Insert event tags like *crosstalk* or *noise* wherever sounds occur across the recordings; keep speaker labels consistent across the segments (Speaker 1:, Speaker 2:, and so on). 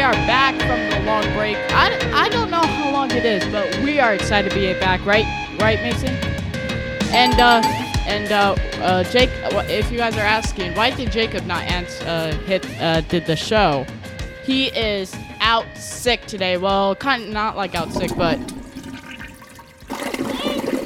Speaker 1: are back from the long break. I, I don't know how long it is, but we are excited to be back, right? Right, Mason? And uh, and uh, uh, Jake, if you guys are asking, why did Jacob not ans- uh, hit uh, did the show? He is out sick today. Well, kind of not like out sick, but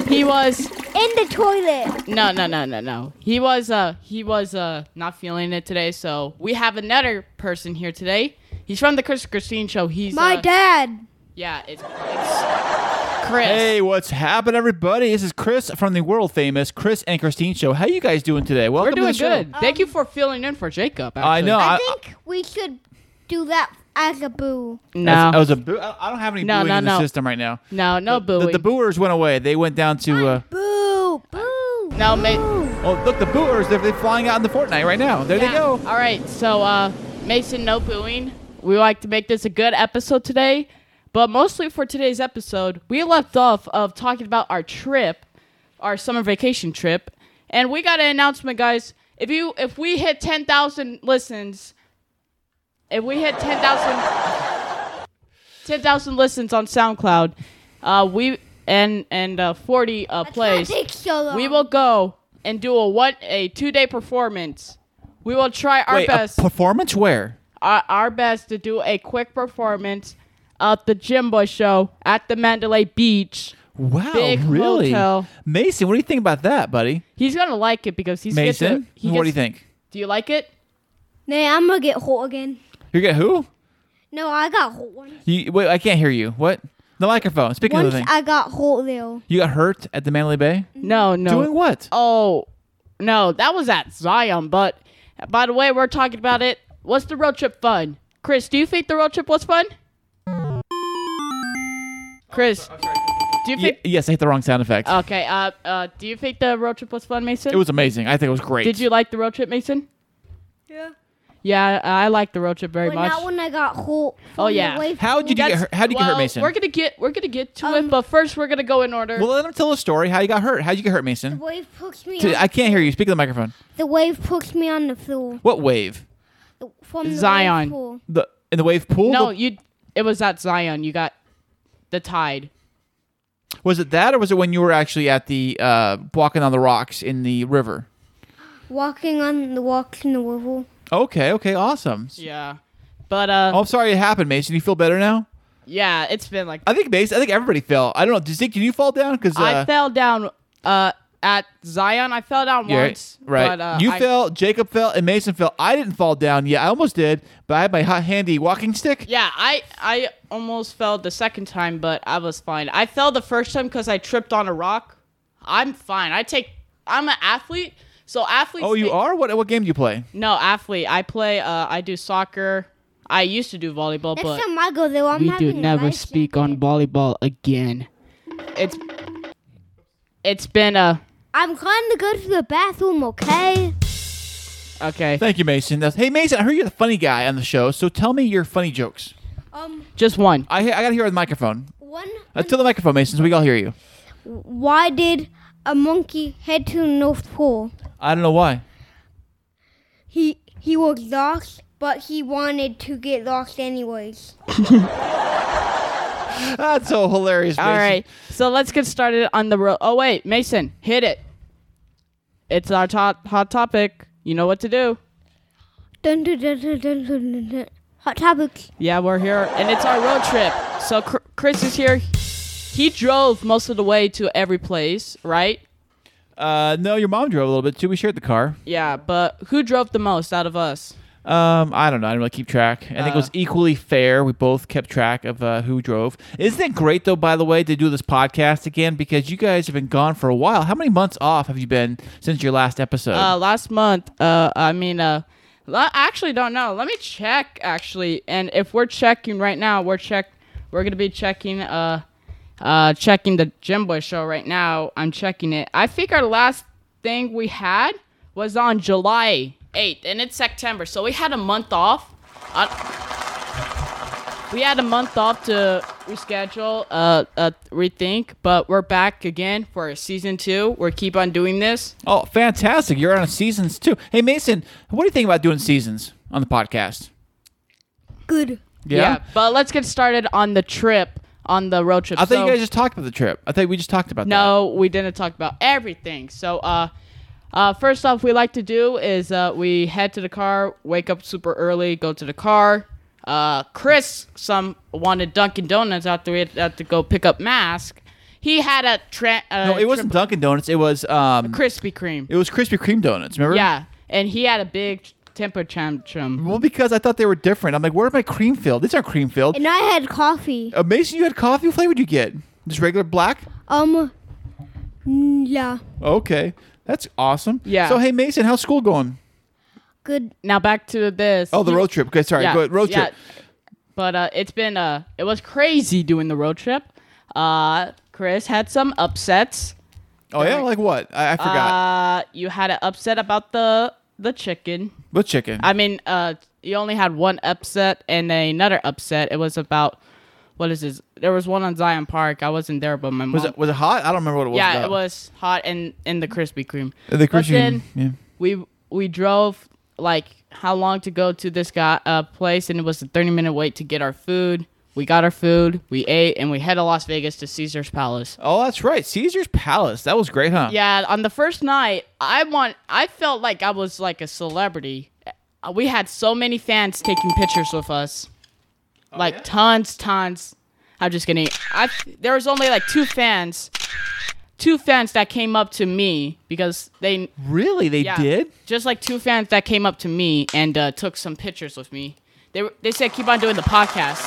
Speaker 1: he was
Speaker 2: In the toilet.
Speaker 1: no, no, no, no, no. He was uh he was uh not feeling it today, so we have another person here today. He's from the Chris Christine show. He's
Speaker 2: My
Speaker 1: uh,
Speaker 2: dad.
Speaker 1: Yeah, it's, it's Chris.
Speaker 3: Hey, what's happening, everybody? This is Chris from the world famous Chris and Christine show. How you guys doing today?
Speaker 1: We're
Speaker 3: Welcome
Speaker 1: doing
Speaker 3: to the
Speaker 1: good. Thank you for filling in for Jacob. Actually.
Speaker 3: I know.
Speaker 2: I,
Speaker 3: I-
Speaker 2: think we should do that as a boo.
Speaker 3: show. That's-
Speaker 1: No,
Speaker 3: I was a boo- I I don't have any
Speaker 1: No,
Speaker 3: booing
Speaker 1: no,
Speaker 3: in the
Speaker 1: no.
Speaker 3: system right now.
Speaker 1: no, no
Speaker 3: The,
Speaker 1: booing.
Speaker 3: the booers went away. They went down to. Uh,
Speaker 2: Boo. Boo.
Speaker 1: No, ma-
Speaker 2: boo.
Speaker 3: oh, look, the booers, they're, they're flying out in the Fortnite right now. There they
Speaker 1: Yeah.
Speaker 3: go.
Speaker 1: All right, so uh, Mason, no booing. We like to make this a good episode today, but mostly for today's episode, we left off of talking about our trip, our summer vacation trip, and we got an announcement, guys. If you if we hit ten thousand listens, if we hit 10,000 10,000 listens on SoundCloud, uh, we and and uh, forty uh,
Speaker 2: That's
Speaker 1: plays.
Speaker 2: Not take so long.
Speaker 1: We will go and do a what a two day performance. We will try our
Speaker 3: Wait,
Speaker 1: best,
Speaker 3: a performance where?
Speaker 1: our, our best to do a quick performance at the Jimbo show at the Mandalay Beach.
Speaker 3: Wow,
Speaker 1: Big
Speaker 3: really?
Speaker 1: hotel.
Speaker 3: Mason, what do you think about that, buddy?
Speaker 1: He's gonna like it because he's gets to-
Speaker 3: Mason,
Speaker 1: he
Speaker 3: what do you
Speaker 1: gets-
Speaker 3: think?
Speaker 1: Do you like it?
Speaker 2: Nah, I'm gonna get hot again.
Speaker 3: You get who?
Speaker 2: No, I got hot once.
Speaker 3: You, wait, I can't hear you. What? The microphone. Speaking of
Speaker 2: Once
Speaker 3: the thing,
Speaker 2: I got hot though.
Speaker 3: you got hurt at the Manly Bay.
Speaker 1: No, no.
Speaker 3: Doing what?
Speaker 1: Oh, no, that was at Zion. But by the way, we're talking about it. What's the road trip fun? Chris, do you think the road trip was fun? Chris, do you
Speaker 3: Ye-
Speaker 1: think?
Speaker 3: yes, I hit the wrong sound effect.
Speaker 1: Okay. Uh, uh, do you think the road trip was fun, Mason?
Speaker 3: it was amazing. I think it was great.
Speaker 1: Did you like the road trip, Mason?
Speaker 2: Yeah.
Speaker 1: Yeah, I I liked the road trip very
Speaker 2: But
Speaker 1: much.
Speaker 2: not when I got hot.
Speaker 1: Oh, yeah.
Speaker 3: How did you get
Speaker 1: That's-
Speaker 3: hurt? How did you get
Speaker 1: well,
Speaker 3: hurt, Mason?
Speaker 1: We're gonna get we're gonna get to
Speaker 2: Um,
Speaker 1: it, but first we're gonna go in order.
Speaker 3: well, let him tell the story. How you got hurt? How would you get hurt,
Speaker 2: The
Speaker 3: Mason?
Speaker 2: wave pushed me.
Speaker 3: T-
Speaker 2: On,
Speaker 3: I can't hear you. Speak to the microphone.
Speaker 2: the wave pushed me on the floor.
Speaker 3: What wave?
Speaker 2: From the
Speaker 1: Zion.
Speaker 2: wave pool.
Speaker 3: The in the wave pool?
Speaker 1: no,
Speaker 3: The-
Speaker 1: you. It was at Zion. You got the tide.
Speaker 3: was it that, or was it when you were actually at the uh, walking on the rocks in the river?
Speaker 2: Walking on the walks in the river.
Speaker 3: Okay. Okay. Awesome.
Speaker 1: Yeah, but uh,
Speaker 3: Oh, I'm sorry it happened, Mason. You feel better now?
Speaker 1: yeah, it's been like
Speaker 3: I think Mason. I think everybody fell. I don't know. Did Zeke? Did you fall down? Because
Speaker 1: I fell down uh at Zion. I fell down once.
Speaker 3: Right.
Speaker 1: But, uh,
Speaker 3: you
Speaker 1: I-
Speaker 3: fell, Jacob fell, and Mason fell. I didn't fall down yet. I almost did, but I had my hot handy walking stick.
Speaker 1: Yeah, I I almost fell the second time, but I was fine. I fell the first time because I tripped on a rock. I'm fine. I take. I'm an athlete, so athletes.
Speaker 3: Oh, you
Speaker 1: take-
Speaker 3: are? What what game do you play?
Speaker 1: No, athlete. I play. Uh, I do soccer. I used to do volleyball,
Speaker 2: Next
Speaker 1: but
Speaker 2: time I go there, I'm having a nice jacket.
Speaker 1: volleyball again. It's it's been a
Speaker 2: I'm going to go to the bathroom, okay?
Speaker 1: okay.
Speaker 3: Thank you, Mason. That's- hey, Mason, I heard you're the funny guy on the show, so tell me your funny jokes.
Speaker 2: Um,
Speaker 1: Just one.
Speaker 3: I, I got to hear the microphone.
Speaker 2: one.
Speaker 3: Let's tell the microphone, Mason, so we can all hear you.
Speaker 2: Why did a monkey head to the North Pole?
Speaker 3: I don't know why.
Speaker 2: He he was lost, but he wanted to get lost anyways.
Speaker 3: *laughs* That's so hilarious, Mason.
Speaker 1: All right. So let's get started on the road. Oh wait, Mason, hit it. It's our top hot topic. You know what to do.
Speaker 2: Dun dun dun dun dun dun dun. dun. Hot topics.
Speaker 1: Yeah, we're here, and it's our road trip. So Chr- Chris is here. He drove most of the way to every place, right?
Speaker 3: Uh, no, your mom drove a little bit too. We shared the car.
Speaker 1: Yeah, but who drove the most out of us?
Speaker 3: Um, I don't know. I don't really keep track. I think it was
Speaker 1: Uh.
Speaker 3: equally fair. We both kept track of uh, who drove. Isn't it great though? By the way, to do this podcast again because you guys have been gone for a while. How many months off have you been since your last episode?
Speaker 1: Uh, last month. Uh, I mean, uh, la- I actually don't know. Let me check actually, and if we're checking right now, we're check. We're gonna be checking. Uh, uh, checking the Jim Boy show right now. I'm checking it. I think our last thing we had was on July 8th, and it's September, so we had a month off. Uh, we had a month off to reschedule, uh, uh, rethink, but we're back again for season two. We're keep on doing this.
Speaker 3: oh, fantastic! You're on seasons too. Hey, Mason, what do you think about doing seasons on the podcast?
Speaker 2: Good.
Speaker 3: Yeah?
Speaker 1: But let's get started on the trip, on the road trip.
Speaker 3: I thought
Speaker 1: So-
Speaker 3: you guys just talked about the trip. I thought we just talked about that.
Speaker 1: No, we didn't talk about everything. So, uh, uh, first off, we like to do is uh, we head to the car, wake up super early, go to the car. Uh, Chris, some wanted Dunkin' Donuts after we had to go pick up mask. He had a tra- uh,
Speaker 3: No, it wasn't
Speaker 1: tri-
Speaker 3: Dunkin' Donuts. It was um,
Speaker 1: Krispy Kreme.
Speaker 3: it was Krispy Kreme donuts. Remember?
Speaker 1: Yeah, and he had a big temper tantrum.
Speaker 3: Well, because I thought they were different. I'm like, where are my cream filled? These aren't cream filled.
Speaker 2: And I had coffee.
Speaker 3: Amazing, you had coffee. What flavor did you get? Just regular black.
Speaker 2: Um, mm, yeah,
Speaker 3: Okay, that's awesome.
Speaker 1: Yeah.
Speaker 3: So hey, Mason, how's school going?
Speaker 2: good.
Speaker 1: Now back to this.
Speaker 3: Oh, the road trip. Okay, sorry. Go ahead. road trip.
Speaker 1: But uh, it's been uh, it was crazy doing the road trip. Uh, Chris had some upsets.
Speaker 3: Oh yeah, like what? I, I forgot.
Speaker 1: Uh, you had an upset about the the chicken.
Speaker 3: What chicken?
Speaker 1: I mean, uh, you only had one upset and another upset. It was about what is this? There was one on Zion Park. I wasn't there, but my mom.
Speaker 3: was it was it hot? I don't remember what it was.
Speaker 1: yeah,
Speaker 3: about.
Speaker 1: it was hot and in the Krispy Kreme.
Speaker 3: The
Speaker 1: But
Speaker 3: Krispy Kreme.
Speaker 1: then
Speaker 3: Yeah.
Speaker 1: we we drove like how long to go to this guy uh, place, and it was a thirty minute wait to get our food. We got our food, we ate, and we head to Las Vegas to Caesar's Palace.
Speaker 3: Oh, that's right. Caesar's Palace. That was great, huh?
Speaker 1: Yeah, on the first night, I want I felt like I was like a celebrity. Uh, We had so many fans taking pictures with us. like tons, tons. I'm just kidding. I there was only like two fans. Two fans that came up to me because they
Speaker 3: Really? They
Speaker 1: yeah,
Speaker 3: did?
Speaker 1: Just like two fans that came up to me and uh, took some pictures with me. They were, they said keep on doing the podcast,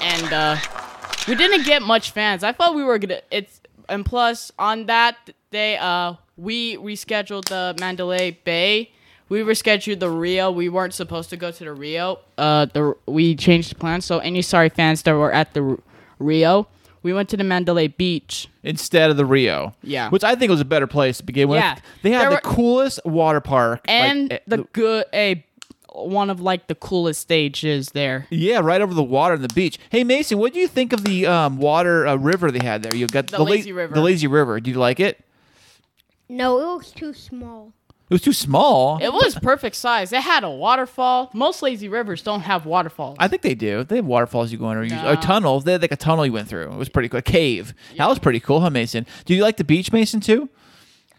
Speaker 1: and uh, we didn't get much fans. I thought we were gonna. It's and plus on that day, uh, we rescheduled the Mandalay Bay. We rescheduled the Rio. We weren't supposed to go to the Rio. Uh, the we changed the plans. So any sorry fans that were at the R- Rio, we went to the Mandalay Beach.
Speaker 3: Instead of the Rio.
Speaker 1: Yeah.
Speaker 3: Which I think was a better place to begin with.
Speaker 1: Yeah.
Speaker 3: They had
Speaker 1: There
Speaker 3: the
Speaker 1: were-
Speaker 3: coolest water park. like,
Speaker 1: and
Speaker 3: eh,
Speaker 1: the good a one of like the coolest stages there.
Speaker 3: Yeah, right over the water and the beach. Hey Mason, what do you think of the um, water uh, river they had there? You got the,
Speaker 1: lazy river.
Speaker 3: The lazy river. Do you like it?
Speaker 2: No, it was too small.
Speaker 3: It was too small.
Speaker 1: It was perfect size. It had a waterfall. Most lazy rivers don't have waterfalls.
Speaker 3: I think they do. They have waterfalls you go under,
Speaker 1: No.
Speaker 3: or tunnels. They had like a tunnel you went through. It was pretty cool. A cave. That was pretty cool, huh, Mason? Do you like the beach, Mason, too?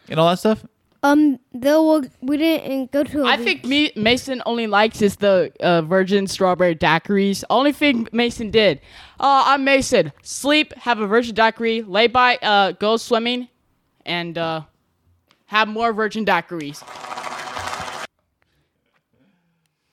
Speaker 3: And all that stuff?
Speaker 2: Um, there were we didn't go to. a
Speaker 1: I
Speaker 2: beach.
Speaker 1: think me Mason only likes is the uh, virgin strawberry daiquiris. Only thing Mason did. Uh, I'm Mason. Sleep, have a virgin daiquiri, lay by, uh, go swimming, and uh, have more virgin daiquiris.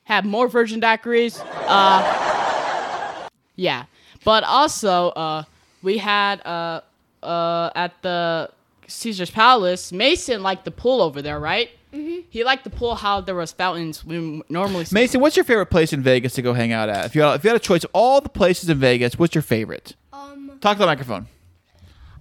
Speaker 1: Have more virgin daiquiris. Uh, yeah, but also uh, we had uh, uh, at the Caesar's Palace. Mason liked the pool over there, right? He liked the pool. How there was fountains we normally see.
Speaker 3: Mason, what's your favorite place in Vegas to go hang out at? If you had, if you had a choice of all the places in Vegas, what's your favorite?
Speaker 2: Um,
Speaker 3: Talk to the microphone.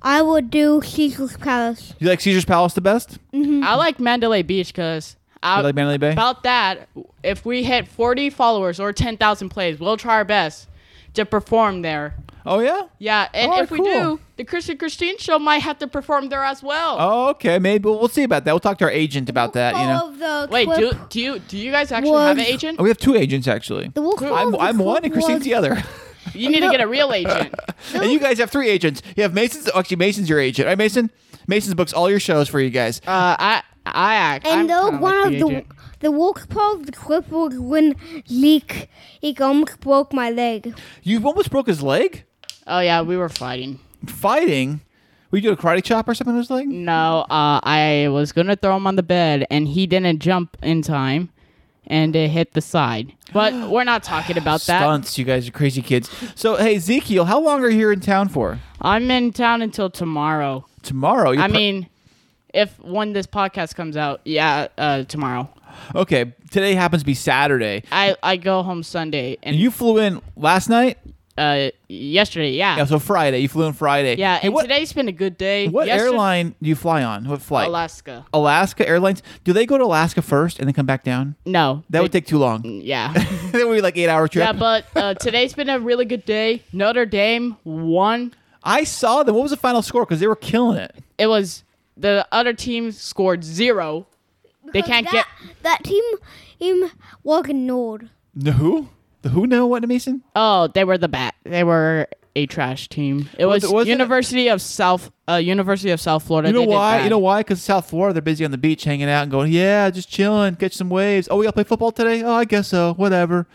Speaker 2: I would do Caesar's Palace.
Speaker 3: You like Caesar's Palace the best?
Speaker 1: I like Mandalay Beach because
Speaker 3: You like Mandalay Bay?
Speaker 1: about that. If we hit 40 followers or 10,000 plays, we'll try our best to perform there.
Speaker 3: Oh yeah.
Speaker 1: Yeah, and
Speaker 3: Oh,
Speaker 1: if we
Speaker 3: cool.
Speaker 1: do, the Chris and Christine show might have to perform there as well.
Speaker 3: Oh okay. Maybe we'll, we'll see about that. We'll talk to our agent about that. You know.
Speaker 2: Of the
Speaker 1: Wait,
Speaker 2: clip-
Speaker 1: do do you do you guys actually have an
Speaker 2: was-
Speaker 1: agent?
Speaker 3: Oh, we have two agents actually.
Speaker 2: The wolf
Speaker 3: I'm, I'm one and Christine's the other. *laughs*
Speaker 1: You need to get a real agent.
Speaker 3: and you guys have three agents. You have Mason's. oh, Actually, Mason's your agent, right? Mason. Mason's books all your shows for you guys.
Speaker 1: *laughs* Uh, I I act. I'm
Speaker 2: And though
Speaker 1: kinda
Speaker 2: one
Speaker 1: like
Speaker 2: of the
Speaker 1: agent.
Speaker 2: the walk part of the clip was when leak he almost broke my leg.
Speaker 3: You almost broke his leg
Speaker 1: Oh yeah, we were fighting.
Speaker 3: fighting. We do a karate chop or something on his leg.
Speaker 1: No, uh, I was gonna throw him on the bed, and he didn't jump in time, and it hit the side. *gasps* But we're not talking about that.
Speaker 3: Stunts. You guys are crazy kids. So hey, Ezekiel, how long are you here in town for?
Speaker 1: I'm in town until tomorrow.
Speaker 3: Tomorrow. You're
Speaker 1: I
Speaker 3: pr-
Speaker 1: mean, if when this podcast comes out, yeah, uh, tomorrow.
Speaker 3: Okay, today happens to be Saturday.
Speaker 1: I I go home Sunday, and
Speaker 3: And you flew in last night?
Speaker 1: uh, yesterday, yeah,
Speaker 3: Yeah,
Speaker 1: yeah.
Speaker 3: so Friday. You flew in Friday. Hey,
Speaker 1: and
Speaker 3: what,
Speaker 1: today's been a good day.
Speaker 3: what
Speaker 1: Yester-
Speaker 3: airline do you fly on? What flight?
Speaker 1: Alaska.
Speaker 3: Alaska Airlines. Do they go to Alaska first and then come back down?
Speaker 1: No,
Speaker 3: That would
Speaker 1: they-
Speaker 3: take too long.
Speaker 1: yeah.
Speaker 3: *laughs* that would be like eight hour trip.
Speaker 1: Yeah, but uh, today's been a really good day. Notre Dame won.
Speaker 3: I saw them. What was the final score? Because they were killing it.
Speaker 1: It was the other team scored zero. They
Speaker 2: Because
Speaker 1: can't
Speaker 2: that, that team him was ignored.
Speaker 3: No, who? The who know what, Mason?
Speaker 1: Oh, they were the bat. They were a trash team. It was
Speaker 3: th- wasn't it-
Speaker 1: University of South uh, University of South Florida.
Speaker 3: You know
Speaker 1: They did
Speaker 3: why? You
Speaker 1: bad.
Speaker 3: know why? Because South Florida, they're busy on the beach hanging out and going, yeah, just chilling, catch some waves. Oh, we all play football today? Oh, I guess so. Whatever.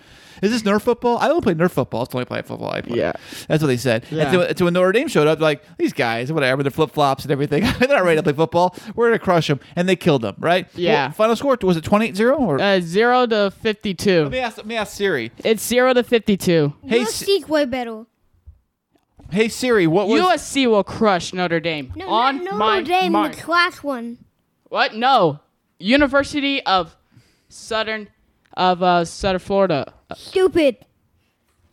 Speaker 3: Is this Nerf football? I don't play Nerf football. It's the only play football I play.
Speaker 1: Yeah.
Speaker 3: That's what they said.
Speaker 1: Yeah.
Speaker 3: And so, so when Notre Dame showed up, like, these guys, whatever, they're flip flops and everything. *laughs* they're not ready to play football. We're going to crush them. And they killed them, right?
Speaker 1: Yeah.
Speaker 3: Well, final score, was it 28 0? Or
Speaker 1: uh, zero to fifty-two.
Speaker 3: let, me ask, let me ask Siri.
Speaker 1: it's zero to fifty-two.
Speaker 3: Hey,
Speaker 2: You'll
Speaker 3: S-
Speaker 2: seek way better.
Speaker 3: hey, Siri, what was.
Speaker 1: USC will crush Notre Dame
Speaker 2: No,
Speaker 1: on
Speaker 2: not
Speaker 1: my
Speaker 2: Notre Dame,
Speaker 1: mark.
Speaker 2: the class one.
Speaker 1: What? No, University of Southern of uh, Southern Florida.
Speaker 2: Stupid.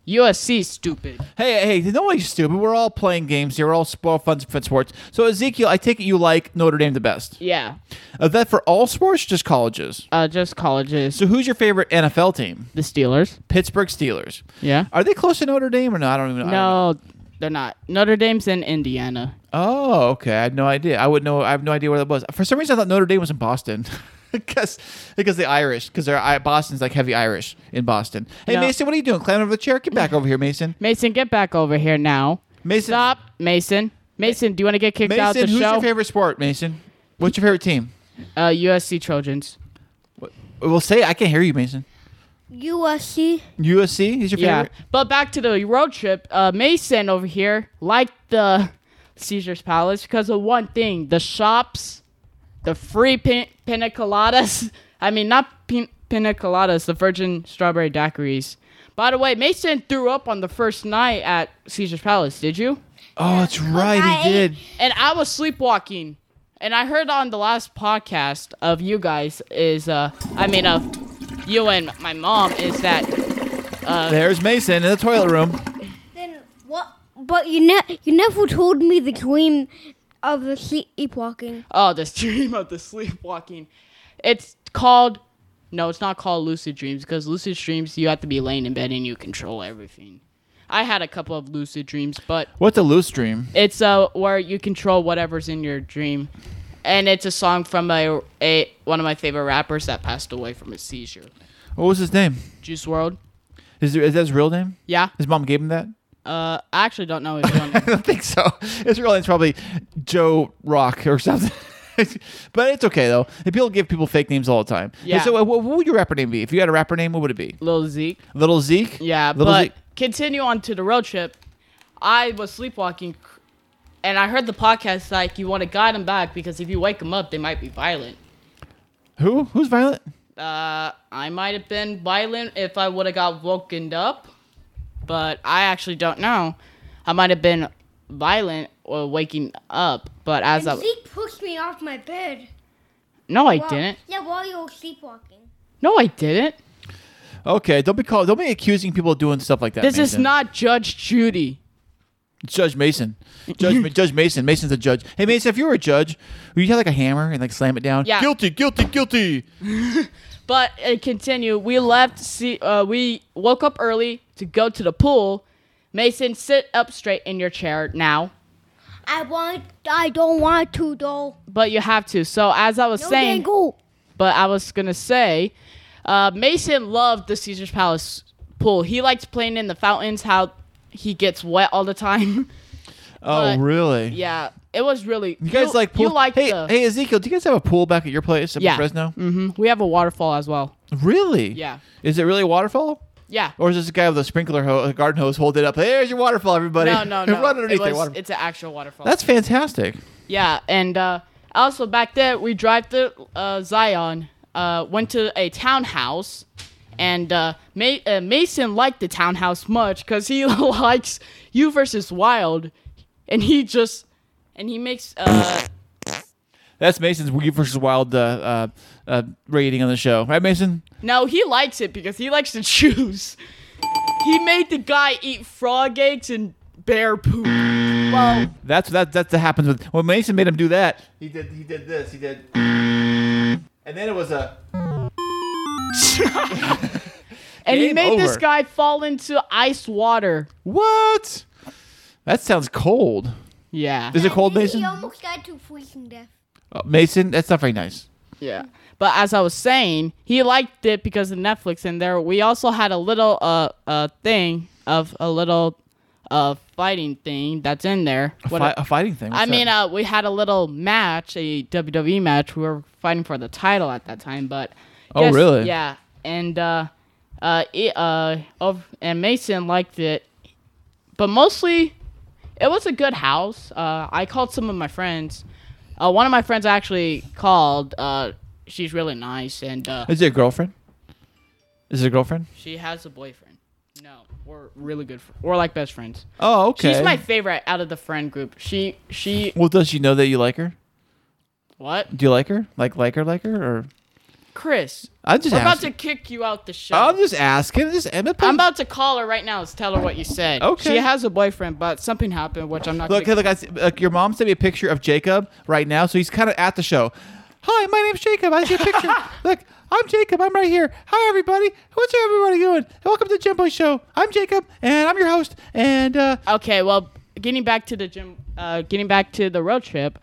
Speaker 1: USC, stupid.
Speaker 3: Hey, hey, nobody's stupid. We're all playing games here. We're all sp- all fun, fun sports. So, Ezekiel, I take it you like Notre Dame the best.
Speaker 1: Yeah,
Speaker 3: Is that for all sports, or just colleges?
Speaker 1: uh, just colleges.
Speaker 3: So, who's your favorite NFL team?
Speaker 1: the Steelers.
Speaker 3: Pittsburgh Steelers.
Speaker 1: Yeah.
Speaker 3: Are they close to Notre Dame or no? I don't even know. I don't know.
Speaker 1: No, they're not. Notre Dame's in Indiana.
Speaker 3: Oh, okay. I had no idea. I would know. I have no idea where that was. For some reason, I thought Notre Dame was in Boston. *laughs* Because, because the Irish, because they're I- Boston's like heavy Irish in Boston. Hey
Speaker 1: No.
Speaker 3: Mason, what are you doing? Climbing over the chair? Get back over here, Mason.
Speaker 1: Mason, get back over here now.
Speaker 3: Mason,
Speaker 1: Stop, Mason. Mason, do you want to get kicked out
Speaker 3: Mason,
Speaker 1: the
Speaker 3: who's
Speaker 1: show?
Speaker 3: your favorite sport? Mason, what's your favorite team?
Speaker 1: uh, USC Trojans.
Speaker 3: Well, say it. I can't hear you, Mason.
Speaker 2: USC.
Speaker 3: USC is your
Speaker 1: Yeah,
Speaker 3: favorite.
Speaker 1: but back to the road trip. Uh, Mason over here liked the Caesar's Palace because of one thing: the shops, the free pin- pina coladas. *laughs* I mean, not pin- pina coladas, the virgin strawberry daiquiris. By the way, Mason threw up on the first night at Caesar's Palace. Did you?
Speaker 3: Oh, that's right.
Speaker 2: I
Speaker 3: He
Speaker 2: ate-
Speaker 3: did.
Speaker 1: and I was sleepwalking. And I heard on the last podcast of you guys is uh I mean of you and my mom is that
Speaker 3: There's Mason in the toilet room.
Speaker 2: Then what? But you ne- you never told me the dream of the sleepwalking.
Speaker 1: oh this dream of the *laughs* sleepwalking. It's called no, it's not called lucid dreams because lucid dreams you have to be laying in bed and you control everything. I had a couple of lucid dreams, but
Speaker 3: What's a loose dream?
Speaker 1: it's uh where you control whatever's in your dream. And it's a song from a, a one of my favorite rappers that passed away from a seizure.
Speaker 3: What was his name?
Speaker 1: Juice World.
Speaker 3: Is, there, is that his real name?
Speaker 1: Yeah.
Speaker 3: His mom gave him that? *laughs*
Speaker 1: Uh, I actually don't know his real name.
Speaker 3: I *laughs* don't think so. His real name's probably Joe Rock or something. *laughs* but it's okay, though. People give people fake names all the time.
Speaker 1: Yeah.
Speaker 3: So, uh, what, what would your rapper name be? If you had a rapper name, what would it be?
Speaker 1: Little Zeke.
Speaker 3: Little Zeke?
Speaker 1: Yeah,
Speaker 3: Little
Speaker 1: but
Speaker 3: Zeke.
Speaker 1: continue on to the road trip. I was sleepwalking, and I heard the podcast like you want to guide them back because if you wake them up, they might be violent.
Speaker 3: Who? Who's Violet?
Speaker 1: Uh, I might have been violent if I would have got woken up, but I actually don't know. I might have been violent or waking up, but as I
Speaker 2: Zeke pushed me off my bed.
Speaker 1: no, I
Speaker 2: Wow.
Speaker 1: didn't.
Speaker 2: Yeah, while you were sleepwalking.
Speaker 1: No, I didn't.
Speaker 3: Okay, don't be called. Don't be accusing people of doing stuff like that.
Speaker 1: This is
Speaker 3: Mason.
Speaker 1: not Judge Judy.
Speaker 3: Judge Mason. Judge, judge Mason. Mason's a judge. Hey Mason, if you were a judge, would you have like a hammer and like slam it down?
Speaker 1: Yeah.
Speaker 3: Guilty, guilty, guilty.
Speaker 1: But uh, continue. We left. See, uh, we woke up early to go to the pool. Mason, sit up straight in your chair now,
Speaker 2: I want. I don't want to though.
Speaker 1: but you have to. So as I was
Speaker 2: No
Speaker 1: saying,
Speaker 2: dangle.
Speaker 1: but I was gonna say, uh, Mason loved the Caesar's Palace pool. He likes playing in the fountains. How he gets wet all the time. *laughs*
Speaker 3: Oh
Speaker 1: But-
Speaker 3: really?
Speaker 1: yeah, it was really.
Speaker 3: You guys like pool?
Speaker 1: You like
Speaker 3: hey,
Speaker 1: the.
Speaker 3: hey Ezekiel, do you guys have a pool back at your place up
Speaker 1: yeah.
Speaker 3: in Fresno?
Speaker 1: hmm We have a waterfall as well.
Speaker 3: Really?
Speaker 1: Yeah.
Speaker 3: Is it really a waterfall?
Speaker 1: Yeah.
Speaker 3: Or is this a guy with a sprinkler hose, a garden hose, hold it up? There's your waterfall, everybody.
Speaker 1: no,
Speaker 3: *laughs*
Speaker 1: no, no.
Speaker 3: Run underneath
Speaker 1: it
Speaker 3: the
Speaker 1: was-
Speaker 3: waterfall.
Speaker 1: It's an actual waterfall.
Speaker 3: That's fantastic.
Speaker 1: Yeah, and uh, also back there we drive to uh, Zion, uh, went to a townhouse, and uh, Ma- uh, Mason liked the townhouse much because he *laughs* likes you versus Wild, and he just and he makes uh,
Speaker 3: That's Mason's Weed versus Wild uh, uh, uh, rating on the show, right, Mason?
Speaker 1: no he likes it because he likes to *laughs* choose. He made the guy eat frog eggs and bear poop. Well,
Speaker 3: That's that that's that happens with when Mason made him do that. He did he did this. He did And then it was a
Speaker 1: and he
Speaker 3: Game
Speaker 1: made this
Speaker 3: over.
Speaker 1: guy fall into ice water.
Speaker 3: What? That sounds cold.
Speaker 1: Yeah.
Speaker 3: Is it cold,
Speaker 2: And then He
Speaker 3: Mason? Oh,
Speaker 2: almost died to freezing death.
Speaker 3: Uh, Mason, that's not very nice.
Speaker 1: Yeah. But as I was saying, he liked it because of Netflix in there. We also had a little uh uh thing of a little uh fighting thing that's in there.
Speaker 3: A,
Speaker 1: What-
Speaker 3: fi- a fighting thing.
Speaker 1: I mean, uh, we had a little match, a WWE match. We were fighting for the title at that time, but
Speaker 3: Oh, really?
Speaker 1: Yeah, and uh, uh, it, uh, of and Mason liked it, but mostly it was a good house. Uh, I called some of my friends. Uh, one of my friends actually called. Uh, she's really nice, and uh,
Speaker 3: is it a girlfriend? Is it a girlfriend?
Speaker 1: she has a boyfriend. No, we're really good. Fr- we're like best friends.
Speaker 3: Oh, okay.
Speaker 1: She's my favorite out of the friend group. She she
Speaker 3: well, does she know that you like her?
Speaker 1: what?
Speaker 3: Do you like her? Like, like her, like her, or?
Speaker 1: Chris,
Speaker 3: I'm just.
Speaker 1: We're about
Speaker 3: asking.
Speaker 1: to kick you out the show.
Speaker 3: I'm just asking. Just I'm
Speaker 1: I'm about to call her right now to tell her what you said.
Speaker 3: Okay.
Speaker 1: She has a boyfriend, but something happened, which I'm not
Speaker 3: Look,
Speaker 1: gonna
Speaker 3: look, I, see- look, your mom sent me a picture of Jacob right now, so he's kind of at the show. Hi, my name's Jacob. I see a picture.
Speaker 1: *laughs*
Speaker 3: look, I'm Jacob. I'm right here. Hi, everybody. What's everybody doing? Welcome to the Jimbo Show. I'm Jacob, and I'm your host. And uh,
Speaker 1: Okay, well, getting back to the gym uh getting back to the road trip.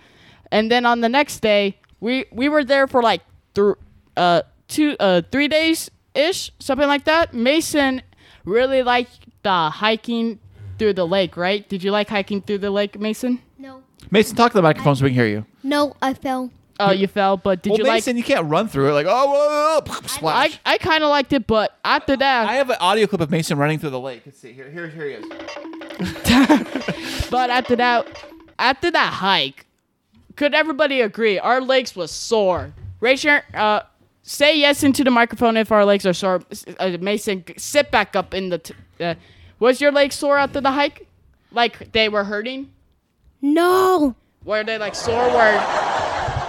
Speaker 1: And then on the next day, we we were there for like th- uh two uh 3 days ish, something like that. Mason really liked the hiking through the lake, right? Did you like hiking through the lake, Mason?
Speaker 2: No.
Speaker 3: Mason, talk to the microphone so we can hear you.
Speaker 2: No, I fell.
Speaker 1: Oh, you fell, but did
Speaker 3: Well,
Speaker 1: you
Speaker 3: Mason, you can't run through it like oh, whoa, whoa, whoa, splash.
Speaker 1: like I I kind of liked it, but after that
Speaker 3: I have an audio clip of Mason running through the lake. Let's see. Here, here, here he is.
Speaker 1: But after that, after that hike, could everybody agree our legs was sore? Raise your, uh, say yes into the microphone if our legs are sore. S- Uh, Mason, g- sit back up in the. T- uh, was your legs sore after the hike? Like they were hurting?
Speaker 2: No.
Speaker 1: Were they like sore? Were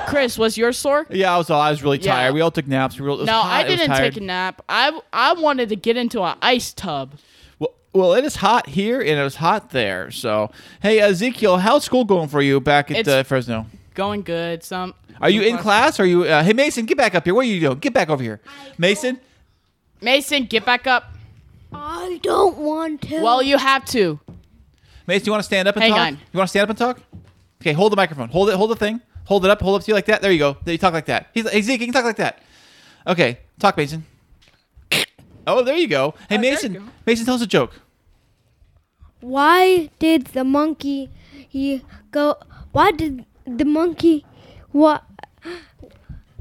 Speaker 1: Chris was yours sore?
Speaker 3: Yeah, I was. I was really
Speaker 1: Yeah.
Speaker 3: tired. We all took naps. We were, it was
Speaker 1: No,
Speaker 3: hot,
Speaker 1: I
Speaker 3: it was
Speaker 1: didn't
Speaker 3: tired.
Speaker 1: take a nap. I I wanted to get into an ice tub.
Speaker 3: Well, well, it is hot here and it was hot there. So, hey Ezekiel, how's school going for you back at
Speaker 1: It's-
Speaker 3: uh, Fresno?
Speaker 1: Going good. Some.
Speaker 3: Are you in class? Are you? Uh, hey Mason, get back up here. What are you doing? Get back over here, Mason.
Speaker 1: Mason, get back up.
Speaker 2: I don't want to.
Speaker 1: Well, you have to.
Speaker 3: Mason, you want to stand up and
Speaker 1: Hang
Speaker 3: talk?
Speaker 1: on.
Speaker 3: You want to stand up and talk? Okay, hold the microphone. Hold it. Hold the thing. Hold it up. Hold it up to you like that. There you go. There you talk like that. He's like, hey Zeke, you can talk like that. Okay, talk, *laughs* Mason. Oh, there you go. Hey
Speaker 1: there
Speaker 3: Mason,
Speaker 1: you go.
Speaker 3: Mason, tell us a joke.
Speaker 2: why did the monkey he go? Why did the monkey? What?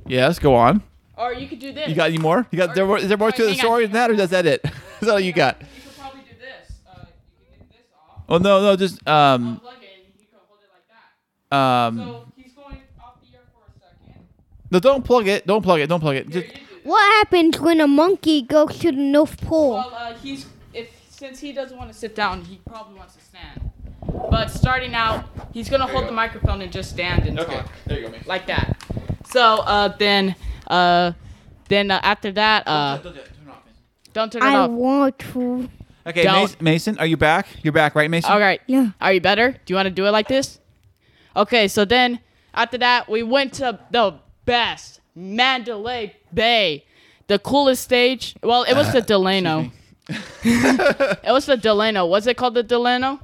Speaker 3: Yes, go on.
Speaker 1: Or you could do this.
Speaker 3: You got any more? You got there? More, is there more to the
Speaker 1: Hang on.
Speaker 3: story than that, or is that it? *laughs* is that all you got?
Speaker 1: You could probably do this. Uh, you could get this off,
Speaker 3: Oh no, no, just um,
Speaker 1: unplug it, and you could hold it like that.
Speaker 3: um.
Speaker 1: So he's going off the air for a second.
Speaker 3: No, don't plug it. Don't plug it. Don't plug it. Just,
Speaker 1: You do this.
Speaker 2: What happens when a monkey goes to the North Pole?
Speaker 1: Well, uh, he's if since he doesn't want to sit down, he probably wants to stand. But starting out, he's gonna hold the microphone and just stand and talk
Speaker 3: There you go, Mason.
Speaker 1: like that. So uh, then uh, then uh, after that uh, don't turn it
Speaker 2: I
Speaker 1: off.
Speaker 2: want to.
Speaker 3: Okay,
Speaker 1: Don't-
Speaker 3: Mason, Mason, are you back? You're back, right, Mason?
Speaker 1: All right.
Speaker 2: Yeah.
Speaker 1: Are you better? Do you want to do it like this? Okay, so then after that, we went to the best Mandalay Bay, the coolest stage. Well, it was the Delano. *laughs* it was the Delano. Was it called the Delano?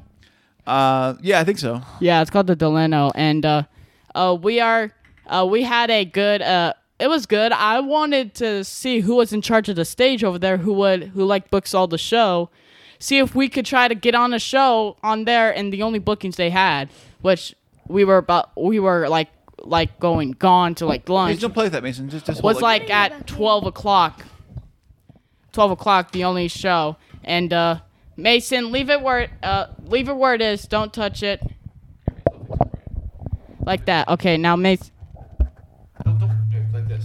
Speaker 3: Uh, yeah, I think so.
Speaker 1: Yeah, it's called the Delano, and uh, uh, we are uh, we had a good uh, it was good. I wanted to see who was in charge of the stage over there, who would who like books all the show, see if we could try to get on a show on there, and the only bookings they had, which we were about we were like like going gone to like
Speaker 3: Mason,
Speaker 1: lunch
Speaker 3: don't play with that, Mason. Just, just hold
Speaker 1: was
Speaker 3: it.
Speaker 1: like at 12 o'clock 12 o'clock the only show and uh mason leave it where it, uh leave it where it is don't touch it like that okay now mason
Speaker 3: Don't- don't- yeah, like this.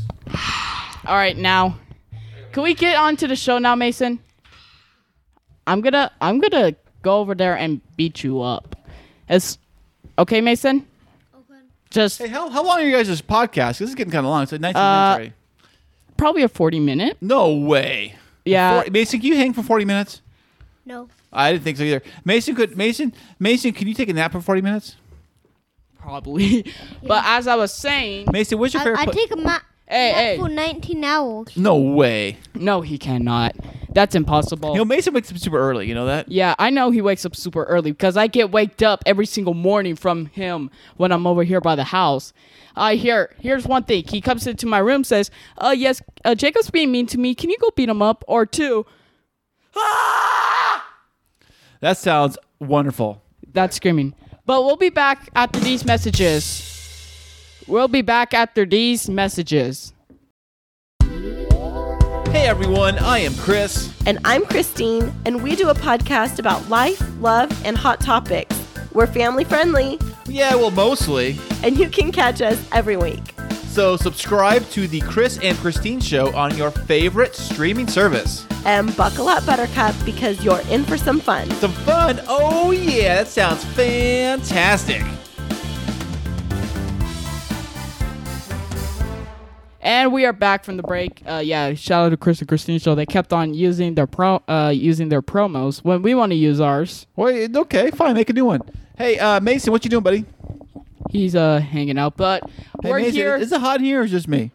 Speaker 1: all right now can we get on to the show now mason i'm gonna i'm gonna go over there and beat you up it's okay mason just
Speaker 3: Hey, how, how long are you guys' podcast? 'Cause This is getting kind of long. It's like 19
Speaker 1: Uh,
Speaker 3: minutes already.
Speaker 1: probably a 40 minute
Speaker 3: No way.
Speaker 1: yeah
Speaker 3: Forty- Mason, can you hang for 40 minutes?
Speaker 2: No.
Speaker 3: I didn't think so either. Mason, could Mason, Mason, can you take a nap for 40 minutes?
Speaker 1: probably *laughs* but as i was saying
Speaker 3: Mason, what's your
Speaker 2: I,
Speaker 3: favorite?
Speaker 2: I
Speaker 3: pla-
Speaker 2: take a ma-
Speaker 1: Hey,
Speaker 2: nap
Speaker 1: hey.
Speaker 2: for 19 hours.
Speaker 3: no way.
Speaker 1: No, he cannot. That's impossible.
Speaker 3: You know, Mason wakes up super early. You know that?
Speaker 1: yeah, I know he wakes up super early because I get waked up every single morning from him when I'm over here by the house. I hear here's one thing. He comes into my room, says, "Uh, yes, uh, Jacob's being mean to me. Can you go beat him up?" Or two,
Speaker 3: That sounds wonderful.
Speaker 1: that's screaming. But we'll be back after these messages. We'll be back after these messages.
Speaker 3: Hey everyone, I am Chris.
Speaker 4: And I'm Christine, and we do a podcast about life, love, and hot topics. We're family friendly,
Speaker 3: Yeah, well, mostly.
Speaker 4: and you can catch us every week.
Speaker 3: So subscribe to the Chris and Christine Show on your favorite streaming service.
Speaker 4: And buckle up, Buttercup, because you're in for some fun.
Speaker 3: Some fun. Oh yeah, that sounds fantastic.
Speaker 1: And we are back from the break. Uh, yeah, shout out to Chris and Christine Show. They kept on using their pro, uh, using their promos when we want to use ours.
Speaker 3: Wait, okay, fine, make a new one. Hey, uh, Mason, what you doing, buddy?
Speaker 1: He's uh hanging out, but
Speaker 3: Hey,
Speaker 1: we're
Speaker 3: Mason,
Speaker 1: here.
Speaker 3: Is it hot here or just me?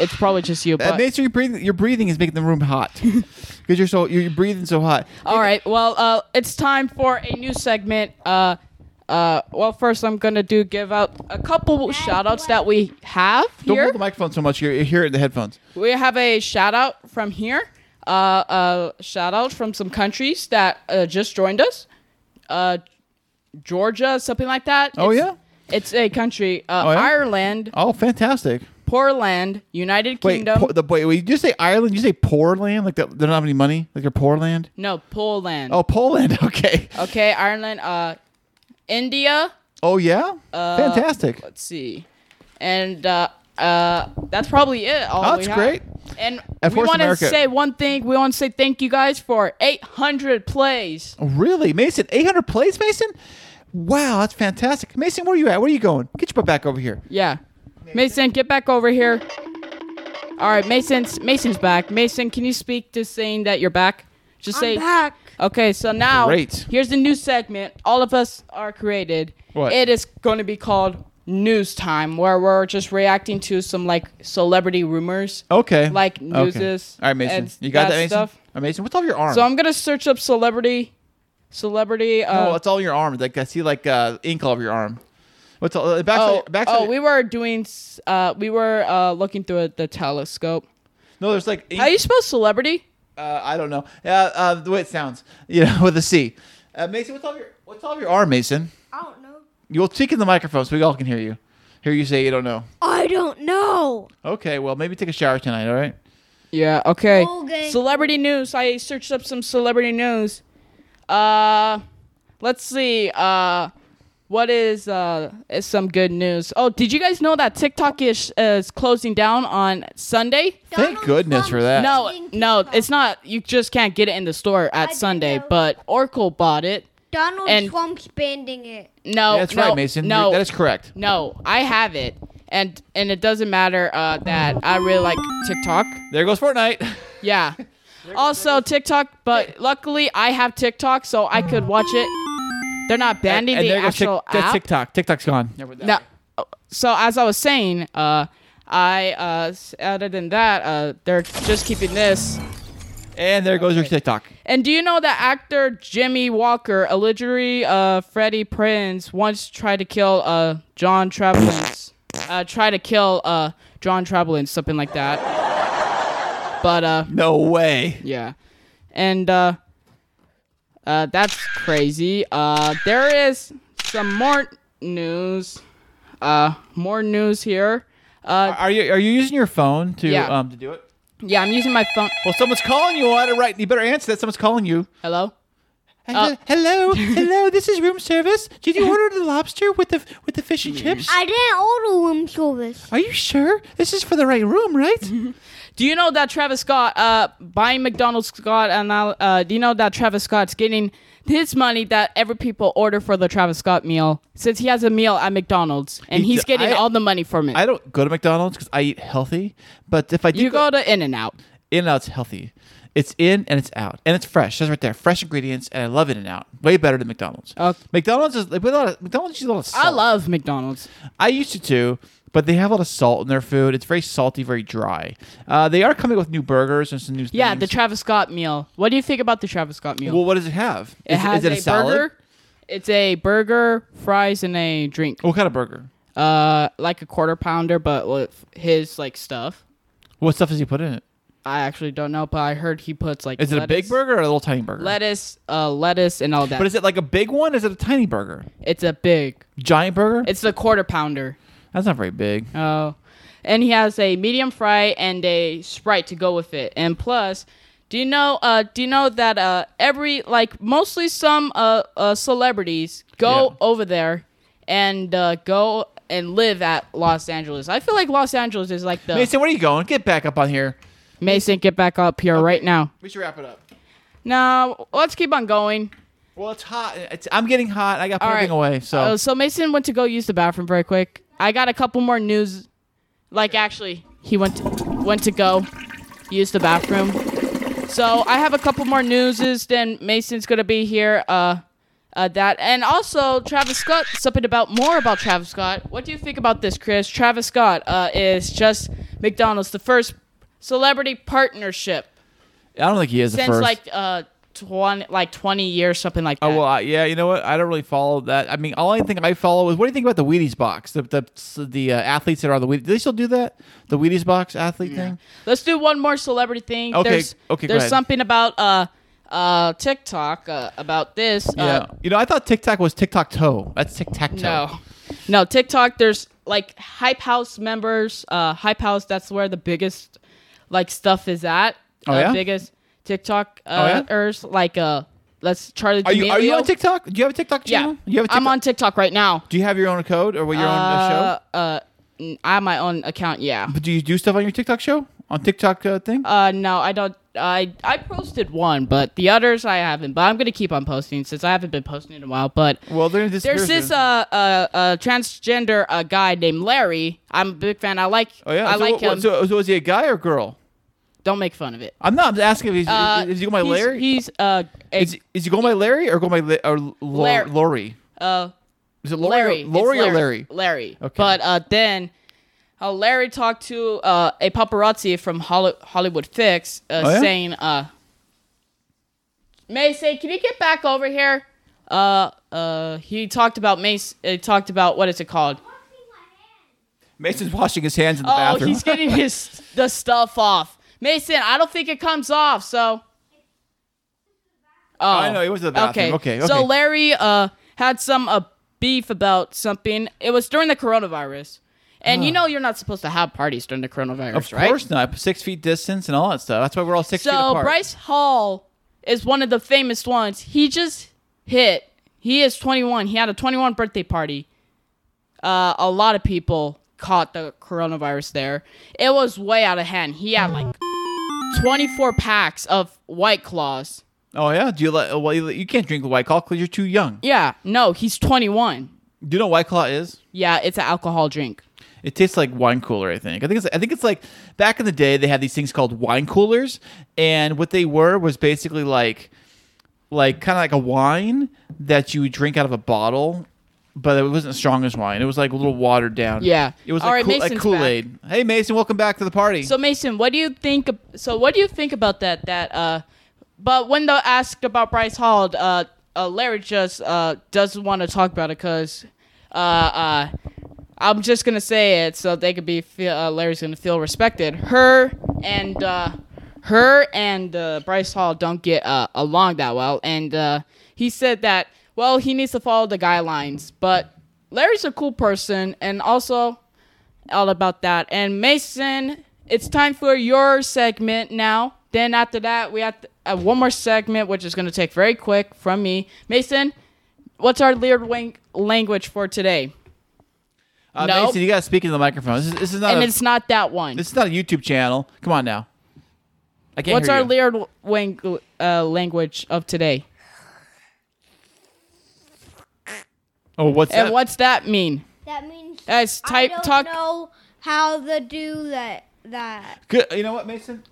Speaker 1: it's probably just you.
Speaker 3: Uh,
Speaker 1: But
Speaker 3: Mason, your breathing, your breathing is making the
Speaker 1: *laughs*
Speaker 3: room hot because you're so you're breathing so hot.
Speaker 1: all right, well, uh, it's time for a new segment. Uh, uh, well, first I'm gonna do give out a couple shout outs that we have
Speaker 3: Don't
Speaker 1: here.
Speaker 3: hold the microphone so much. You're, you hear it in the headphones.
Speaker 1: We have a shout out from here. Uh, uh, shout out from some countries that uh, just joined us. Uh, Georgia, something like that.
Speaker 3: Oh,
Speaker 1: It's-
Speaker 3: yeah?
Speaker 1: it's a country. Uh,
Speaker 3: Oh, yeah?
Speaker 1: Ireland,
Speaker 3: Oh, fantastic!
Speaker 1: Portland, United
Speaker 3: Wait,
Speaker 1: Kingdom.
Speaker 3: po- the wait, wait, you say Ireland? You say poor land? Like they they don't have any money? Like they're poor land?
Speaker 1: no, Poland.
Speaker 3: Oh, Poland. *laughs* Okay.
Speaker 1: Okay, Ireland. Uh, India.
Speaker 3: Oh yeah.
Speaker 1: Uh,
Speaker 3: fantastic.
Speaker 1: Let's see, and uh, uh, that's probably it. All
Speaker 3: Oh,
Speaker 1: we
Speaker 3: that's
Speaker 1: have.
Speaker 3: great.
Speaker 1: And
Speaker 3: And
Speaker 1: we
Speaker 3: Force
Speaker 1: want to
Speaker 3: America.
Speaker 1: say one thing. We want to say thank you guys for 800 plays.
Speaker 3: Really, Mason? 800 plays, Mason? Wow, that's fantastic. Mason, where are you at? Where are you going? Get your butt back over here.
Speaker 1: Yeah. Mason, get back over here. All right, Mason's Mason's back. Mason, can you speak to saying that you're back? Just say
Speaker 2: I'm back.
Speaker 1: Okay, so now
Speaker 3: Great.
Speaker 1: here's the new segment. All of us are created.
Speaker 3: What?
Speaker 1: It is going to be called News Time, where we're just reacting to some like celebrity rumors.
Speaker 3: Okay.
Speaker 1: Like
Speaker 3: Okay.
Speaker 1: newses.
Speaker 3: All right, Mason.
Speaker 1: and
Speaker 3: You got that, Mason?
Speaker 1: stuff.
Speaker 3: All right, Mason, what's all your arm?
Speaker 1: So I'm gonna search up celebrity, celebrity. Uh,
Speaker 3: oh, it's all your arm. Like I see, like uh, ink all over your arm. What's all uh, back?
Speaker 1: oh,
Speaker 3: back
Speaker 1: oh, we were doing. s- Uh, we were uh, looking through the telescope.
Speaker 3: no, there's like ink,
Speaker 1: How you spell celebrity?
Speaker 3: uh, I don't know. Uh, uh, the way it sounds, you know, *laughs* with a C. Uh, Mason, what's all your what's all your arm, Mason?
Speaker 2: I don't know.
Speaker 3: You'll speak in the microphone so we all can hear you. Hear you say you don't know.
Speaker 2: I don't know.
Speaker 3: Okay, well maybe take a shower tonight. All right.
Speaker 1: Yeah. Okay.
Speaker 2: Okay.
Speaker 1: Celebrity news. I searched up some celebrity news. Uh, let's see. Uh, what is uh is some good news? Oh, did you guys know that TikTok is is closing down on Sunday?
Speaker 3: Thank goodness for that.
Speaker 1: No, no, it's not. You just can't get it in the store at
Speaker 2: didn't
Speaker 1: Sunday.
Speaker 2: know.
Speaker 1: But Oracle bought it.
Speaker 2: Donald
Speaker 1: and-
Speaker 2: Trump's banning it.
Speaker 1: No,
Speaker 3: That's
Speaker 1: no,
Speaker 3: right, Mason.
Speaker 1: No,
Speaker 3: that is correct.
Speaker 1: no, I have it, and and it doesn't matter uh, that I really like TikTok.
Speaker 3: There goes Fortnite.
Speaker 1: Yeah. Also TikTok, but luckily I have TikTok, so I could watch it. They're not
Speaker 3: *laughs*
Speaker 1: banning the
Speaker 3: goes Tik-
Speaker 1: actual
Speaker 3: that's
Speaker 1: app.
Speaker 3: TikTok. TikTok's gone.
Speaker 1: No. So as I was saying, uh, I uh, s- other than that, uh, they're just keeping this.
Speaker 3: And there goes your TikTok.
Speaker 1: And do you know that actor Jimmy Walker, allegedly uh, Freddie Prinz, once tried to kill uh, John Travolta. Uh, try to kill uh, John Travolta, something like that. But uh,
Speaker 3: No way.
Speaker 1: Yeah. And uh uh that's crazy. Uh there is some more news. Uh more news here. Uh
Speaker 3: Are you are you using your phone to
Speaker 1: Yeah.
Speaker 3: um to do it?
Speaker 1: yeah, I'm using my phone.
Speaker 3: Well, someone's calling you on it, right? You better answer that. Someone's calling you.
Speaker 1: Hello? Uh,
Speaker 3: Hello, hello, hello. This is room service. Did
Speaker 1: *laughs*
Speaker 3: you order the lobster with the with the fish and chips?
Speaker 2: I didn't order room service.
Speaker 3: Are you sure this is for the right room, right?
Speaker 1: Do you know that Travis Scott uh buying McDonald's Scott and I'll- uh do you know that Travis Scott's getting his money that every people order for the Travis Scott meal since he has a meal at McDonald's and
Speaker 3: He
Speaker 1: he's
Speaker 3: d-
Speaker 1: getting
Speaker 3: I-
Speaker 1: all the money from it.
Speaker 3: *laughs* I don't go to McDonald's because I eat healthy, but if I do
Speaker 1: you go to In and Out.
Speaker 3: In and Out's healthy. It's in and it's out, and it's fresh. That's right there, fresh ingredients, and I love In and Out way better than McDonald's.
Speaker 1: Okay.
Speaker 3: McDonald's is they put a lot of, McDonald's uses a lot of salt.
Speaker 1: I love McDonald's.
Speaker 3: I used to too, but they have a lot of salt in their food. It's very salty, very dry. Uh, they are coming up with new burgers and some new
Speaker 1: Yeah,
Speaker 3: things.
Speaker 1: the Travis Scott meal. What do you think about the Travis Scott meal?
Speaker 3: well, what does it have?
Speaker 1: it
Speaker 3: Is
Speaker 1: has
Speaker 3: is it a,
Speaker 1: a,
Speaker 3: salad?
Speaker 1: burger. It's a burger, fries, and a drink.
Speaker 3: What kind of burger?
Speaker 1: Uh, like a quarter pounder, but with his like stuff.
Speaker 3: What stuff does he put in it?
Speaker 1: I actually don't know, but I heard he puts like.
Speaker 3: Is it a big
Speaker 1: lettuce-
Speaker 3: burger or a little tiny burger?
Speaker 1: Lettuce, uh, lettuce, and all that.
Speaker 3: But is it like a big one? Or is it a tiny burger?
Speaker 1: it's a big.
Speaker 3: Giant burger?
Speaker 1: It's the quarter pounder.
Speaker 3: That's not very big.
Speaker 1: Oh, and he has a medium fry and a sprite to go with it. And plus, do you know? Uh, do you know that uh, every like mostly some uh, uh celebrities go
Speaker 3: Yeah.
Speaker 1: over there and uh, go and live at Los Angeles. I feel like Los Angeles is like the Mason,
Speaker 3: Mason, where are you going? Get back up on here.
Speaker 1: get back up here right now.
Speaker 3: We should wrap it up.
Speaker 1: Now let's keep on going.
Speaker 3: Well, it's hot. It's, I'm getting hot. I got
Speaker 1: All
Speaker 3: everything
Speaker 1: right.
Speaker 3: away. So
Speaker 1: Uh, so Mason went to go use the bathroom very quick. I got a couple more news. Like actually, he went to, went to go use the bathroom. So I have a couple more newses. Then Mason's gonna be here. Uh, uh, that and also Travis Scott. Something about more about Travis Scott. What do you think about this, Chris? Travis Scott uh, is just McDonald's the first celebrity partnership
Speaker 3: I don't think he is the
Speaker 1: Oh, since
Speaker 3: first.
Speaker 1: like uh twenty like twenty years something like that.
Speaker 3: Oh well, I, yeah. You know what? I don't really follow that. I mean, all I think I follow is what do you think about the Wheaties box? The the the uh, athletes that are on the Wheaties. Do they still do that? The Wheaties box athlete thing.
Speaker 1: Let's do one more celebrity thing.
Speaker 3: Okay,
Speaker 1: There's,
Speaker 3: okay, go
Speaker 1: There's
Speaker 3: ahead.
Speaker 1: something about uh uh TikTok uh, about this.
Speaker 3: Yeah.
Speaker 1: Uh,
Speaker 3: you know, I thought TikTok was TikTok toe. That's tic tac toe.
Speaker 1: no, no TikTok. There's like hype house members. Uh, hype house. That's where the biggest like stuff is at.
Speaker 3: Oh,
Speaker 1: uh,
Speaker 3: yeah? Oh,
Speaker 1: Biggest TikTok
Speaker 3: yeah?
Speaker 1: uh, ers like uh. Let's Charlie.
Speaker 3: Are you are you
Speaker 1: D'Amelio.
Speaker 3: on TikTok? Do you have a TikTok channel?
Speaker 1: Yeah,
Speaker 3: You have a
Speaker 1: I'm on TikTok right now.
Speaker 3: Do you have your own code or your own uh,
Speaker 1: Uh,
Speaker 3: show?
Speaker 1: uh, n- I have my own account. Yeah.
Speaker 3: But do you do stuff on your TikTok show on TikTok uh, thing?
Speaker 1: Uh, no, I don't. I I posted one, but the others I haven't. But I'm gonna keep on posting since I haven't been posting in a while. But
Speaker 3: well, there's this.
Speaker 1: there's this uh, uh, uh transgender uh, guy named Larry. I'm a big fan. I like.
Speaker 3: Oh yeah.
Speaker 1: I
Speaker 3: so,
Speaker 1: like
Speaker 3: what-
Speaker 1: him.
Speaker 3: So, so is he a guy or girl?
Speaker 1: don't make fun of it.
Speaker 3: I'm not I'm asking if he's
Speaker 1: Uh,
Speaker 3: is he going by
Speaker 1: he's-
Speaker 3: Larry?
Speaker 1: He's uh a,
Speaker 3: is, is he going by Larry or going by La- or Lo-
Speaker 1: Larry.
Speaker 3: Lori?
Speaker 1: uh
Speaker 3: Is it
Speaker 1: Larry.
Speaker 3: Lori? or-
Speaker 1: It's
Speaker 3: Lori or Larry?
Speaker 1: Larry.
Speaker 3: Okay.
Speaker 1: But uh then. Uh, Larry talked to uh, a paparazzi from Holly- Hollywood Fix, uh,
Speaker 3: Oh, yeah?
Speaker 1: saying, uh, "Mason, can you get back over here?" Uh, uh, he talked about Mace. He talked about what is it called?
Speaker 3: Mason's washing his hands in the
Speaker 1: Oh,
Speaker 3: bathroom.
Speaker 1: he's getting his the stuff off. Mason, I don't think it comes off, so. Oh,
Speaker 3: I know, he went to the bathroom. Okay,
Speaker 1: So
Speaker 3: okay.
Speaker 1: Larry uh had some uh, beef about something. It was during the coronavirus. And you know you're not supposed to have parties during the coronavirus,
Speaker 3: Ah. of
Speaker 1: right?
Speaker 3: course not. Six feet distance and all that stuff. That's why we're all six feet
Speaker 1: So
Speaker 3: apart.
Speaker 1: Bryce Hall is one of the famous ones. He just hit. He is 21. He had a 21 birthday party. Uh, a lot of people caught the coronavirus there. It was way out of hand. He had like 24 packs of White Claws.
Speaker 3: oh yeah. Do you let? Well, you, you can't drink White Claw because you're too young.
Speaker 1: Yeah, no, he's 21.
Speaker 3: Do you know what White Claw is?
Speaker 1: Yeah, it's an alcohol drink.
Speaker 3: It tastes like wine cooler, I think. I think it's I think it's like back in the day they had these things called wine coolers and what they were was basically like like kind of like a wine that you would drink out of a bottle, but it wasn't strong as wine. It was like a little watered down.
Speaker 1: Yeah.
Speaker 3: It was
Speaker 1: All right,
Speaker 3: like, Kool- like
Speaker 1: Mason's back.
Speaker 3: Kool-Aid. Hey Mason, welcome back to the party.
Speaker 1: So Mason, what do you think? ab- So what do you think about that? That uh, but when they asked about Bryce Hall, uh, uh Larry just uh doesn't want to talk about it because, uh, uh, I'm just gonna say it so they could be feel uh, Larry's gonna feel respected. Her and uh, her and uh, Bryce Hall don't get uh, along that well, and uh, he said that well he needs to follow the guidelines, but Larry's a cool person, and also all about that. And Mason, it's time for your segment now. Then after that, we have to, uh, one more segment, which is going to take very quick from me. Mason, what's our leered wing language for today?
Speaker 3: uh,
Speaker 1: no.
Speaker 3: Mason, you got to speak into the microphone. This is, this is not
Speaker 1: And
Speaker 3: a,
Speaker 1: it's not that one.
Speaker 3: Uh, this is not a YouTube channel. Come on now. I can't
Speaker 1: What's
Speaker 3: hear
Speaker 1: our
Speaker 3: you.
Speaker 1: leered wing uh, language of today?
Speaker 3: Oh, what's
Speaker 1: And
Speaker 3: that?
Speaker 1: what's that mean?
Speaker 2: That means
Speaker 1: Guys, Uh, type
Speaker 2: I don't
Speaker 1: talk.
Speaker 2: know how to do that. That
Speaker 3: Good. You know what, Mason?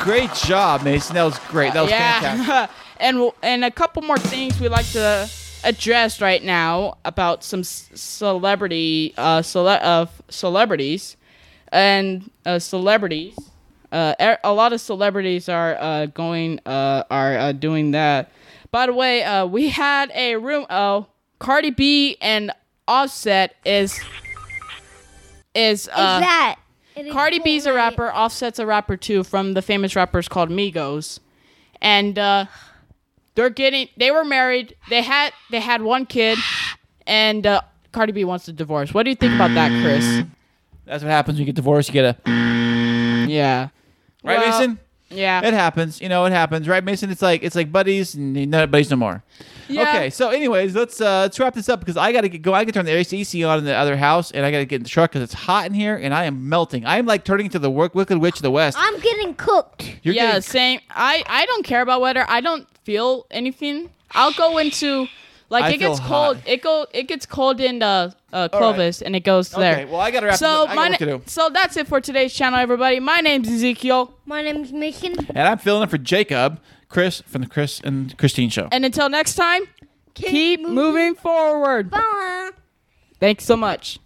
Speaker 3: Great
Speaker 1: *laughs*
Speaker 3: job, Mason. That was great. That was fantastic.
Speaker 1: yeah. and w- and a couple more things we like to addressed right now about some s- celebrity uh, cele- uh, celebrities and uh, celebrities. Uh, er- a lot of celebrities are uh, going uh, are uh, doing that. By the way, uh, we had a room. Oh, Cardi B and Offset is is uh,
Speaker 2: it's that. It is
Speaker 1: Cardi B's a
Speaker 2: Fortnite.
Speaker 1: rapper, Offset's a rapper too, from the famous rappers called Migos, and uh, they're getting. They were married. They had they had one kid, and uh, Cardi B wants to divorce. What do you think about that, Chris?
Speaker 3: That's what happens when you get divorced. You get a
Speaker 1: Yeah,
Speaker 3: right,
Speaker 1: Well,
Speaker 3: Mason.
Speaker 1: Yeah,
Speaker 3: It happens. You know, it happens, right, Mason? It's like it's like buddies, and not buddies no more.
Speaker 1: Yeah.
Speaker 3: Okay. So, anyways, let's uh, let's wrap this up because I gotta get go. I gotta turn the AC on in the other house, and I gotta get in the truck because it's hot in here, and I am melting. I am like turning into the work Wicked Witch of the West.
Speaker 2: I'm getting cooked.
Speaker 3: You're
Speaker 1: yeah,
Speaker 3: getting-
Speaker 1: same. I I don't care about weather. I don't feel anything. I'll go into like
Speaker 3: I
Speaker 1: it gets
Speaker 3: feel
Speaker 1: cold.
Speaker 3: hot.
Speaker 1: It go it gets cold in uh, uh Clovis, and it goes there.
Speaker 3: well, I gotta wrap this
Speaker 1: So
Speaker 3: up. I got
Speaker 1: my
Speaker 3: work to
Speaker 1: na-
Speaker 3: do.
Speaker 1: so that's it for today's channel, everybody. My name's Ezekiel.
Speaker 2: My name's Mason.
Speaker 3: and I'm filling in for Jacob, Chris from the Chris and Christine show.
Speaker 1: And until next time, keep, moving forward.
Speaker 2: Bye.
Speaker 1: Thanks so much.